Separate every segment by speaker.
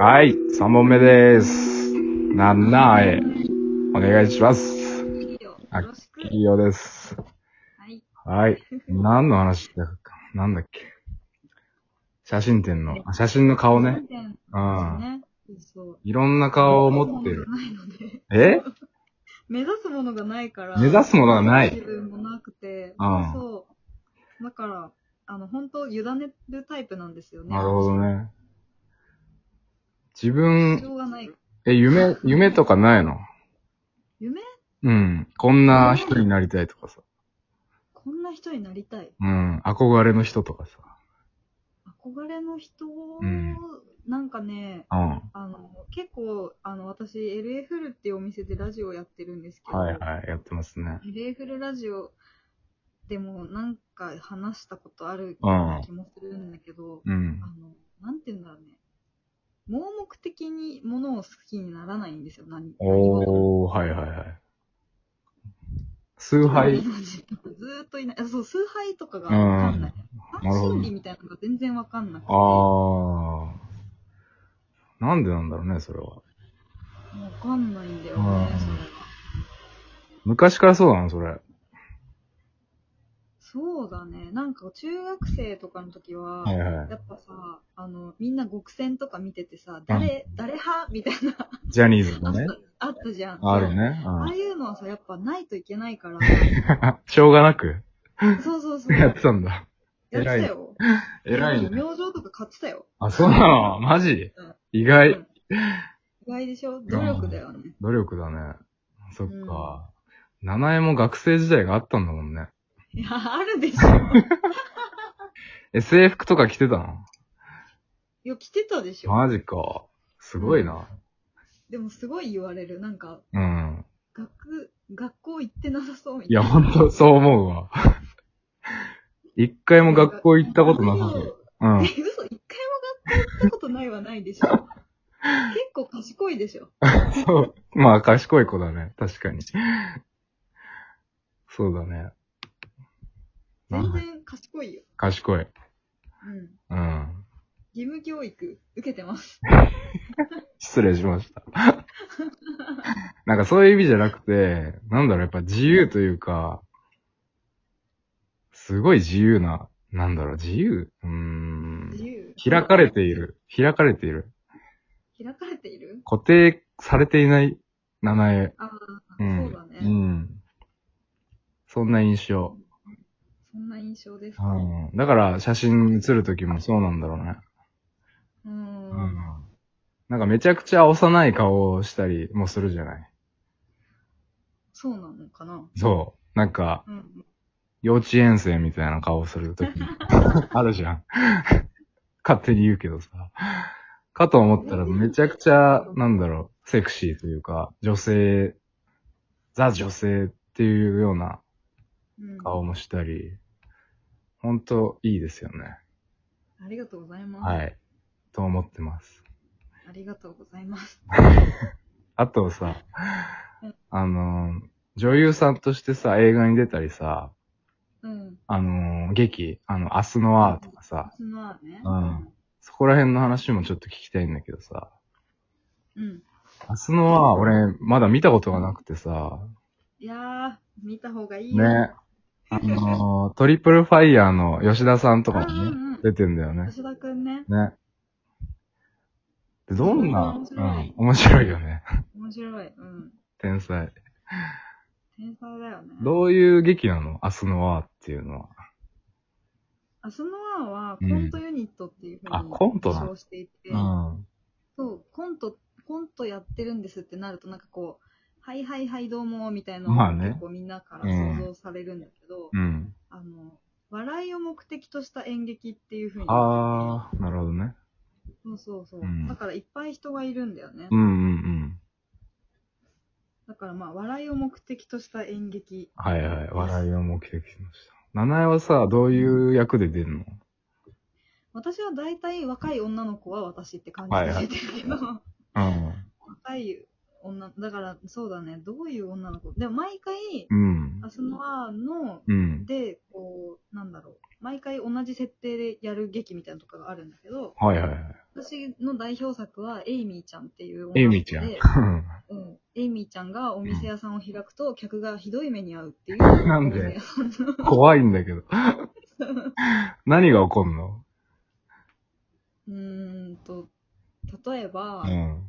Speaker 1: はい、3問目です。なんなえ、お願いします。
Speaker 2: 企業よろしく。
Speaker 1: 企業です。
Speaker 2: はい。
Speaker 1: はい。何の話だっけなんだっけ写真展の、あ、写真の顔
Speaker 2: そ
Speaker 1: ね。
Speaker 2: うね。
Speaker 1: うん。
Speaker 2: そうそう。
Speaker 1: いろんな顔を持ってる。
Speaker 2: ないので。
Speaker 1: え
Speaker 2: 目指すものがないから。
Speaker 1: 目指すものがない
Speaker 2: 自。分もなくて。
Speaker 1: うん
Speaker 2: そう。だから、あの、本当委ねるタイプなんですよね。
Speaker 1: なるほどね。自
Speaker 2: し
Speaker 1: 分、
Speaker 2: ょうがない。
Speaker 1: え、夢、夢とかないの
Speaker 2: 夢
Speaker 1: うん。こんな人になりたいとかさ。
Speaker 2: こんな人になりたい。
Speaker 1: うん。憧れの人とかさ。
Speaker 2: 憧れの人を、
Speaker 1: うん
Speaker 2: なんかね、
Speaker 1: うん。
Speaker 2: あの、結構、あの、私、LA フルっていうお店でラジオやってるんですけど、
Speaker 1: はいはい。やってますね。
Speaker 2: LA フルラジオでもなんか話したことある
Speaker 1: うん
Speaker 2: 気もするんだけど、
Speaker 1: うん
Speaker 2: あ。の、なんて言うんだろうね。盲目的にものを好きにならないんですよ、何何事も
Speaker 1: おー、はいはいはい。崇拝
Speaker 2: ず。ーっといない。あそう、崇拝とかがわかんない。
Speaker 1: なるほど
Speaker 2: 心理みたいなのが全然わかんなくて。わ
Speaker 1: あー。なんでなんだろうね、それは。
Speaker 2: かんないんだよ
Speaker 1: うん
Speaker 2: ね、それが。
Speaker 1: 昔からそうなの、それ。
Speaker 2: そうだね。なんか中学生とかの時は、
Speaker 1: はいはい。
Speaker 2: やっぱさ、あの、みんな極戦とか見ててさ、誰、誰派みたいな、
Speaker 1: ジャニーズのね。
Speaker 2: あったじゃん。
Speaker 1: あるね。
Speaker 2: そう。あ
Speaker 1: う
Speaker 2: あいうのはさ、やっぱないといけない から、
Speaker 1: ん しょうがなく
Speaker 2: そうそうそう。
Speaker 1: や
Speaker 2: や
Speaker 1: っ
Speaker 2: って
Speaker 1: たんだ。
Speaker 2: てたよ。
Speaker 1: 偉いね。
Speaker 2: 明星とか買ってたよ。
Speaker 1: あ、そうなのマジ
Speaker 2: うん
Speaker 1: 意外。
Speaker 2: 意外でしょ努力だよね。
Speaker 1: 努力だね。そっか。七重も学生時代があったんだもんね。
Speaker 2: いや、あるでし ょ。
Speaker 1: え、制服とか着てたの
Speaker 2: よ、着てたでしょ。
Speaker 1: マジか。すごいな。
Speaker 2: でもすごい言われる。なんか、
Speaker 1: うん。
Speaker 2: 学、学校行ってなさそうみたい
Speaker 1: いや、
Speaker 2: な。
Speaker 1: ほんと、そう思うわ。 一回も学校行ったことなさそう。うん。
Speaker 2: え、嘘、一回も学校行ったことないはないで しょ。結構賢いでしょ。
Speaker 1: そう。まあ、賢い子だね。確かに。そうだね。
Speaker 2: 全然賢いよ。
Speaker 1: 賢い。
Speaker 2: うん。
Speaker 1: うん。
Speaker 2: 義務教育受けてます。
Speaker 1: 失礼しました。 なんかそういう意味じゃなくて、なんだろう、やっぱ自由というか、すごい自由な、なんだろう、自由うー
Speaker 2: 自
Speaker 1: ん。
Speaker 2: 由。
Speaker 1: 開かれてい。る。開かれている。
Speaker 2: 開かれている
Speaker 1: 固定されていない名前。
Speaker 2: ああ、
Speaker 1: うん。
Speaker 2: そうだね、
Speaker 1: うん。そんな印象。
Speaker 2: そんな印象ですか。
Speaker 1: うん。だから、写真写るときもそうなんだろうね。
Speaker 2: うー。
Speaker 1: うんん。なんかめちゃくちゃ幼い顔をしたりもするじゃない。
Speaker 2: そうなのかな。
Speaker 1: そう。なんか、
Speaker 2: うん。
Speaker 1: 幼稚園生みたいな顔をすると きあるじゃん。勝手に言うけどさ。かと思ったらめちゃくちゃ、なんだろう、セクシーというか、女性、ザ女性っていうような
Speaker 2: うん、
Speaker 1: 顔もしたり、ほんといいですよね。
Speaker 2: ありがとうございます。
Speaker 1: はい。と思ってます。
Speaker 2: ありがとうございます。
Speaker 1: あとさ
Speaker 2: うん、
Speaker 1: あのー、女優さんとしてさ、映画に出たりさ、
Speaker 2: うん。
Speaker 1: あのー、劇、あの、明日のアーとかさ、
Speaker 2: そのはね。
Speaker 1: うんそこら辺の話もちょっと聞きたいんだけどさ、
Speaker 2: うん。
Speaker 1: 明日のアー、俺、まだ見たことがなくてさ、
Speaker 2: いやー、見た方がいいよ。
Speaker 1: ね、あのー、トリプルファイヤーの吉田さんとか
Speaker 2: うん
Speaker 1: もね、
Speaker 2: うんうん。
Speaker 1: 出てんだよね。
Speaker 2: 吉田くんね。
Speaker 1: ね。でどんな、
Speaker 2: 面白い
Speaker 1: うん、面白いよね。
Speaker 2: 面白い。うん。
Speaker 1: 天才。
Speaker 2: 天才だよね。
Speaker 1: どういう劇なの明日のアーっていうのは。
Speaker 2: アスノアーはコントユニットっていうふうに、
Speaker 1: あコントなの
Speaker 2: 称していて、
Speaker 1: うん。
Speaker 2: そう、コント、コントやってるんですってなると、なんかこう、はいはいはいどうも、みたいなの
Speaker 1: まあ
Speaker 2: が
Speaker 1: ね
Speaker 2: 結構みんなから
Speaker 1: うん
Speaker 2: 想像されるんだけど、
Speaker 1: うん。
Speaker 2: あの、笑いを目的とした演劇っていうふうに。
Speaker 1: あー、なるほどね。
Speaker 2: そうそうそう、
Speaker 1: うん
Speaker 2: だからいっぱい人がいるんだよね。
Speaker 1: うんうんうん。
Speaker 2: だからまあ、笑いを目的とした演劇。
Speaker 1: はいはい。笑いを目的にしました。七重はさ、どういう役で出るの
Speaker 2: 私は大体若い女の子は私って感じで出てるけど、
Speaker 1: うん。
Speaker 2: 若い女、だからそうだね、どういう女の子。でも毎回、
Speaker 1: うん。
Speaker 2: アスノアの、
Speaker 1: うん。
Speaker 2: で、こう、なんだろう、毎回同じ設定でやる劇みたいなのとかがあるんだけど、
Speaker 1: はいはいはい。
Speaker 2: 私の代表作は、エイミーちゃんっていう
Speaker 1: エイ
Speaker 2: 女の
Speaker 1: ミー
Speaker 2: 子
Speaker 1: ちゃん。
Speaker 2: で、うん、エイミーちゃんがお店屋さんを開くと、客がひどい目に遭うっていう。
Speaker 1: なんで
Speaker 2: お店屋さんの
Speaker 1: 怖いんだけど。何が起こんの
Speaker 2: うーんと、例えば、
Speaker 1: うん。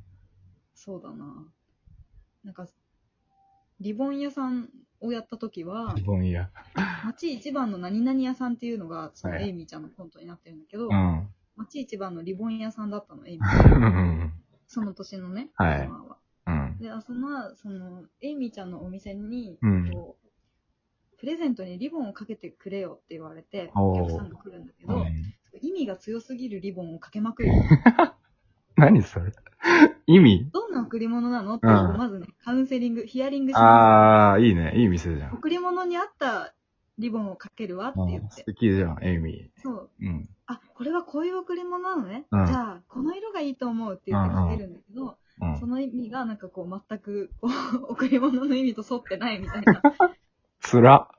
Speaker 2: そうだな。なんか、リボン屋さんをやった時は
Speaker 1: リ、ボン屋。
Speaker 2: 町一番の何々屋さんっていうのが、その
Speaker 1: はい
Speaker 2: エイミーちゃんのコントになってるんだけど、
Speaker 1: うん。
Speaker 2: 町一番のリボン屋さんだったの、エイミー。
Speaker 1: うん。
Speaker 2: その年のね、
Speaker 1: はい
Speaker 2: アスマは。
Speaker 1: うん。
Speaker 2: で、アスマは、その、エイミーちゃんのお店に、
Speaker 1: うん
Speaker 2: こうプレゼントにリボンをかけてくれよって言われて、
Speaker 1: お
Speaker 2: お
Speaker 1: ー
Speaker 2: 客さんが来るんだけ
Speaker 1: う
Speaker 2: ど、
Speaker 1: ん
Speaker 2: 意味が強すぎるリボンをかけまく る。
Speaker 1: 何それ意味
Speaker 2: どんな贈り物なのっていうのをまずね、カウンセリング、ヒアリングしま
Speaker 1: ああ、いいね。いい店じゃ
Speaker 2: す。
Speaker 1: ん。
Speaker 2: 贈り物に合ったリボンをかけるわって
Speaker 1: う
Speaker 2: 言
Speaker 1: ん
Speaker 2: っ
Speaker 1: 素
Speaker 2: て。
Speaker 1: 敵じゃん、エイミ
Speaker 2: そう。
Speaker 1: ー。うん。
Speaker 2: あ、これはこういう贈り物なのね。
Speaker 1: うん
Speaker 2: じゃあ、この色がいいと思うって言ってかけるんだけど、
Speaker 1: う
Speaker 2: そ
Speaker 1: ん。
Speaker 2: の意味がなんかこう全くこう 贈り物の意味と沿ってないみたいな。
Speaker 1: つら。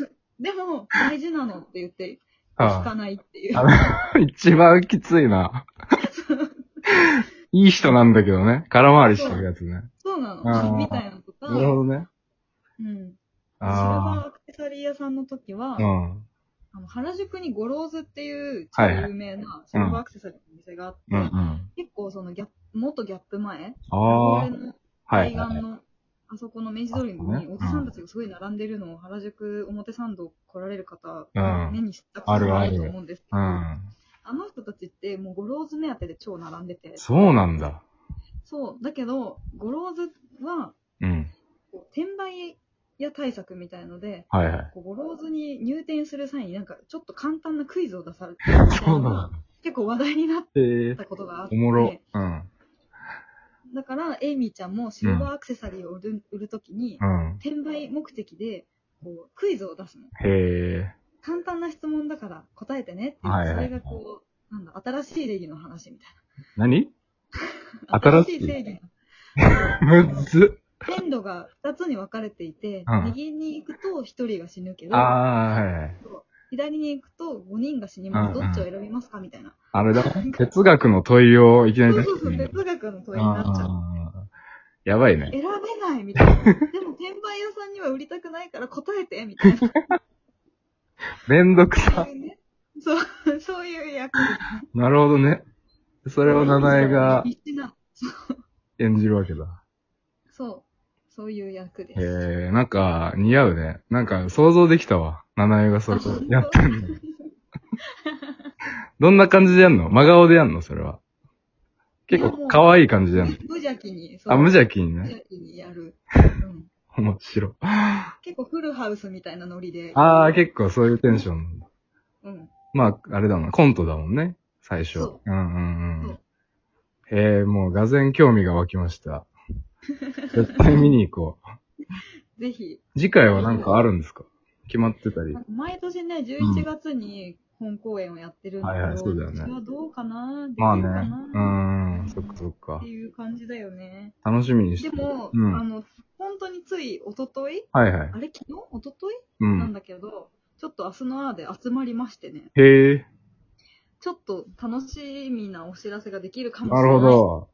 Speaker 2: でも、大事なのって言って、聞か
Speaker 1: あ
Speaker 2: ないっていう。
Speaker 1: あ 一番きつ いな。いい人なんだけどね。空回りしてるやつね。
Speaker 2: そうな
Speaker 1: あー
Speaker 2: の。みたいなのとか、
Speaker 1: なるほどね。
Speaker 2: うん。シルバ
Speaker 1: あ
Speaker 2: ーアクセサリー屋さんの時は、
Speaker 1: あ。うん。
Speaker 2: あの原宿にゴローズっていう超有名なシルバーアクセサリーのお店があって、
Speaker 1: うんうん。
Speaker 2: 結構そのギャップ、元ギャップ前、
Speaker 1: あ
Speaker 2: 公
Speaker 1: あ。
Speaker 2: 園の
Speaker 1: は
Speaker 2: 海
Speaker 1: い。
Speaker 2: 岸の、あそこの明治通りに
Speaker 1: あそこね
Speaker 2: おじさんたちがすごい並んでるのを原宿表参道来られる方、
Speaker 1: うん
Speaker 2: 目にしたことがあると思うんですけど、
Speaker 1: う
Speaker 2: あ
Speaker 1: ん。
Speaker 2: の人たちってもうゴローズ目当てで超並んでて、
Speaker 1: そうなんだ。
Speaker 2: そう、だけど、ゴローズは
Speaker 1: うん。
Speaker 2: こう転売屋対策みたいので、
Speaker 1: はい はい。
Speaker 2: こうゴローズに入店する際になんかちょっと簡単なクイズを出されてるみたい
Speaker 1: そ
Speaker 2: な
Speaker 1: う
Speaker 2: の
Speaker 1: な
Speaker 2: が
Speaker 1: んだ。
Speaker 2: 結構話題になっ
Speaker 1: えー
Speaker 2: たことがあっ
Speaker 1: お
Speaker 2: て、
Speaker 1: もろ。うん。
Speaker 2: だからエイミーちゃんもシルバーアクセサリーを売る,、売るときに
Speaker 1: う、ん。
Speaker 2: 転売目的でこうクイズを出すの。
Speaker 1: へえ。
Speaker 2: 簡単な質問だから答えてねって言って、
Speaker 1: はいはいはい
Speaker 2: それがこう、なんだ、新しい礼儀の話みたい
Speaker 1: 何
Speaker 2: な。
Speaker 1: 新しい
Speaker 2: しい正義の。
Speaker 1: むっず。
Speaker 2: 線路が2つに分かれていて、
Speaker 1: うん
Speaker 2: 右に行くと1人が死ぬけど、
Speaker 1: ああ、はいはい。
Speaker 2: 左に行くと5人が死にます。
Speaker 1: うん
Speaker 2: ど
Speaker 1: うん
Speaker 2: っちを選びますかみたいな。
Speaker 1: あれだ。哲学の問いをいきなり
Speaker 2: そう
Speaker 1: 出
Speaker 2: そう
Speaker 1: し
Speaker 2: そ
Speaker 1: て
Speaker 2: う、
Speaker 1: る。
Speaker 2: 哲学の問いになっちゃう。
Speaker 1: あーやばいね。
Speaker 2: 選べないみ たいな。でも転売屋さんには売りたくないから答えてみたいな。
Speaker 1: めんどく
Speaker 2: そ
Speaker 1: さ
Speaker 2: う。いうねそう、 そういう役。
Speaker 1: なるほどね。それを七重が
Speaker 2: 必死な。
Speaker 1: 演じるわけだ。
Speaker 2: そう。そういう役で
Speaker 1: へ
Speaker 2: す。
Speaker 1: え、なんか似合うね。なんか想像できたわ。七重がそれをやってるの。 どんな感じでやんの真顔でやんのそれは。結
Speaker 2: いやも
Speaker 1: 構
Speaker 2: う
Speaker 1: 可愛い感じでやんの
Speaker 2: 無邪気に、そう
Speaker 1: あ、無邪気に
Speaker 2: 無
Speaker 1: ね。
Speaker 2: 邪気にや る。うん
Speaker 1: 面白い。
Speaker 2: 結構フルハウスみたいなノリで。
Speaker 1: ああ、結構そういうテンションなんだ。
Speaker 2: うん。
Speaker 1: まあ、あれだもんね。コントだもんね。最初。
Speaker 2: そ
Speaker 1: うんうんう
Speaker 2: そ
Speaker 1: ん
Speaker 2: う。
Speaker 1: へえ、もう、がぜん興味が湧きました。絶対見に行こ
Speaker 2: ぜひ。
Speaker 1: う。次回はなんかあるんですか決まってたり
Speaker 2: なん。か毎年ね、11月に本公演をやってるんだけど、
Speaker 1: はいはいそうだよね
Speaker 2: れはどうかなできる
Speaker 1: まあ
Speaker 2: か
Speaker 1: ね。う
Speaker 2: な、
Speaker 1: ん。そっかそっか
Speaker 2: って。いう感じだよね。
Speaker 1: 楽しみにして
Speaker 2: で
Speaker 1: る。
Speaker 2: も、
Speaker 1: うん
Speaker 2: あの、本当につい一昨日
Speaker 1: はいはい。
Speaker 2: あれ昨日一昨日
Speaker 1: う
Speaker 2: なん
Speaker 1: ん。
Speaker 2: だけど、ちょっと明日のアーで集まりましてね、
Speaker 1: へえ。
Speaker 2: ちょっと楽しみなお知らせができるかもし
Speaker 1: な
Speaker 2: れ
Speaker 1: る
Speaker 2: ない。
Speaker 1: ほ。ど。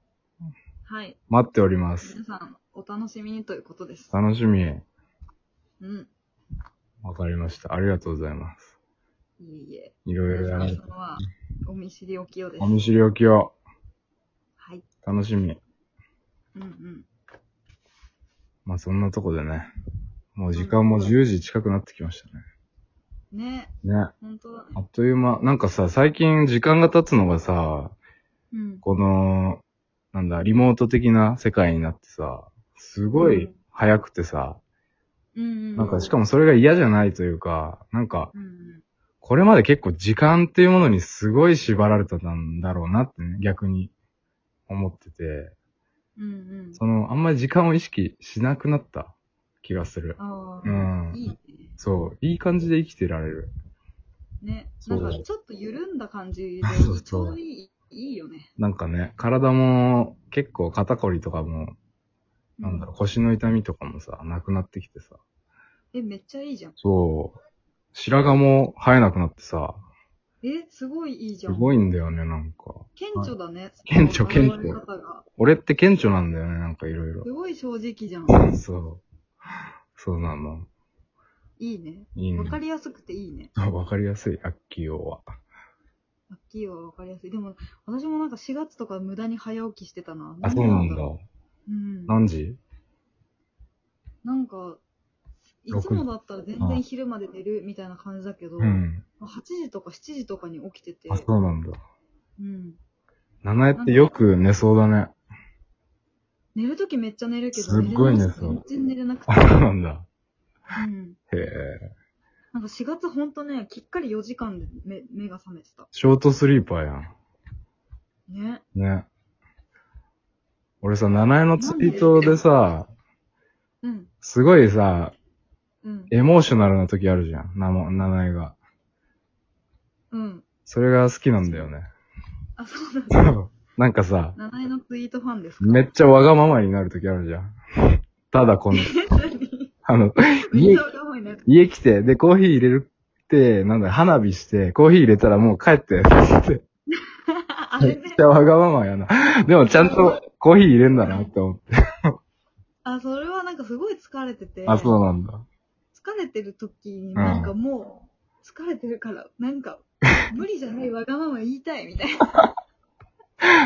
Speaker 2: はい。
Speaker 1: 待っております。
Speaker 2: 皆さん、お楽しみにということです。
Speaker 1: 楽しみ。
Speaker 2: うん。
Speaker 1: わかりました。ありがとうございます。
Speaker 2: いえいえ。
Speaker 1: いろいろやら
Speaker 2: 皆
Speaker 1: れて。
Speaker 2: 様は、お見知りおきようです
Speaker 1: お。見知りおきを。
Speaker 2: はい。
Speaker 1: 楽しみ。
Speaker 2: うんうん。
Speaker 1: まあ、そんなとこでね。もう時間も10時近くなってきましたね。
Speaker 2: ね、
Speaker 1: ね。
Speaker 2: 本当は。
Speaker 1: あっという間。なんかさ、最近時間が経つのがさ、
Speaker 2: うん。
Speaker 1: この、なんだ、リモート的な世界になってさ、すご
Speaker 2: う
Speaker 1: い
Speaker 2: ん
Speaker 1: 早くてさ、
Speaker 2: うんうん。
Speaker 1: なんかしかもそれが嫌じゃないというか、なんか、
Speaker 2: うんうん。
Speaker 1: これまで結構時間っていうものにすごい縛られてたんだろうなってね、逆に思ってて、
Speaker 2: うんうん。
Speaker 1: その、あんまり時間を意識しなくなった気がする。
Speaker 2: あ
Speaker 1: う
Speaker 2: あ、
Speaker 1: ん。
Speaker 2: いいね。
Speaker 1: そう、いい感じで生きてられる。
Speaker 2: ね。
Speaker 1: そ
Speaker 2: な
Speaker 1: うだ
Speaker 2: んかちょっと緩んだ感じで
Speaker 1: そうそう、
Speaker 2: ちょうどいい、いいよね。
Speaker 1: なんかね、体も結構肩こりとかもなんだろう、腰の痛みとかもさ、なくなってきてさ。
Speaker 2: え、めっちゃいいじゃん。
Speaker 1: そう。白髪も生えなくなってさ、
Speaker 2: え、すごいいいじ
Speaker 1: す
Speaker 2: ゃん。
Speaker 1: ごいんだよね、なんか。
Speaker 2: 顕著だね。
Speaker 1: 顕著
Speaker 2: その現れ
Speaker 1: 顕著
Speaker 2: 方が
Speaker 1: 俺って顕著なんだよね、なんかいろいろ。
Speaker 2: すごい正直じゃん。
Speaker 1: そう。そうなの。
Speaker 2: いいね。
Speaker 1: いいね
Speaker 2: わ。かりやすくていいね。
Speaker 1: あわかりやすい、アッキー王は。
Speaker 2: ラッキーはわかりやすい。でも、私もなんか4月とか無駄に早起きしてたな。
Speaker 1: あ、そうなんだ。
Speaker 2: ろう。うん。
Speaker 1: 何時
Speaker 2: なんか、い
Speaker 1: 六
Speaker 2: つもだったら全然昼まで寝るみたいな感じだけど、
Speaker 1: うん。
Speaker 2: 8時とか7時とかに起きてて
Speaker 1: あ、、そうなんだ。
Speaker 2: うん。
Speaker 1: 七重ってよく寝そうだね。
Speaker 2: 寝るときめっちゃ寝るけど、
Speaker 1: すっごい寝そう
Speaker 2: 全然寝れ なくて
Speaker 1: あ、。そうなんだ。
Speaker 2: うん。
Speaker 1: へえ。
Speaker 2: なんか4月ほんとね、きっかり4時間で目目が覚めてた。
Speaker 1: ショートスリーパーやん。
Speaker 2: ね。
Speaker 1: ね。俺さ、七重のツイートでさ、
Speaker 2: うん。
Speaker 1: すごいさ、
Speaker 2: うん。
Speaker 1: エモーショナルな時あるじゃん。なも、七重が。
Speaker 2: うん。
Speaker 1: それが好きなんだよね。
Speaker 2: あ、そうなんだ。
Speaker 1: なんかさ、
Speaker 2: 七重のツイートファンですか
Speaker 1: め っちゃわがままになる時あるじゃん。 ただこの、あの、家、家来て、で、コーヒー入れるって、なんだ、花火して、コーヒー入れたらもう帰って、って。
Speaker 2: あ
Speaker 1: め
Speaker 2: れ
Speaker 1: っ
Speaker 2: ね
Speaker 1: ち。ゃわがままやな。でもちゃんとコーヒー入れんだなって思って。
Speaker 2: あ、それはなんかすごい疲れてて。
Speaker 1: あ、そうなんだ。
Speaker 2: 疲れてる時になんかもう、疲れてるから、なんか、無理じゃないわがまま言いたいみたいな。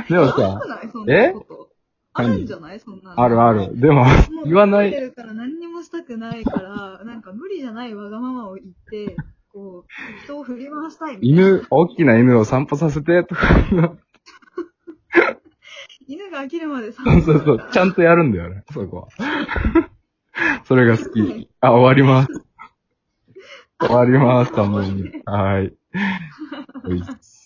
Speaker 1: でも
Speaker 2: ある
Speaker 1: さ
Speaker 2: く、ないそんなこと。あ
Speaker 1: 何
Speaker 2: るんじゃないそんなの。
Speaker 1: あるある。でも、
Speaker 2: もう
Speaker 1: 言わない
Speaker 2: 疲れてるから何にもしたくない から、なんか無理じゃないわがままを言って、こう、人を振り回したいみたいな。
Speaker 1: 犬、大きな犬を散歩させて、とか、
Speaker 2: 犬が飽きるまで散
Speaker 1: そう
Speaker 2: 歩
Speaker 1: そうそう、ちゃんとやるんだよね、そこは。 それが好き。あ、終わります。終わります、たまに。はーい。はい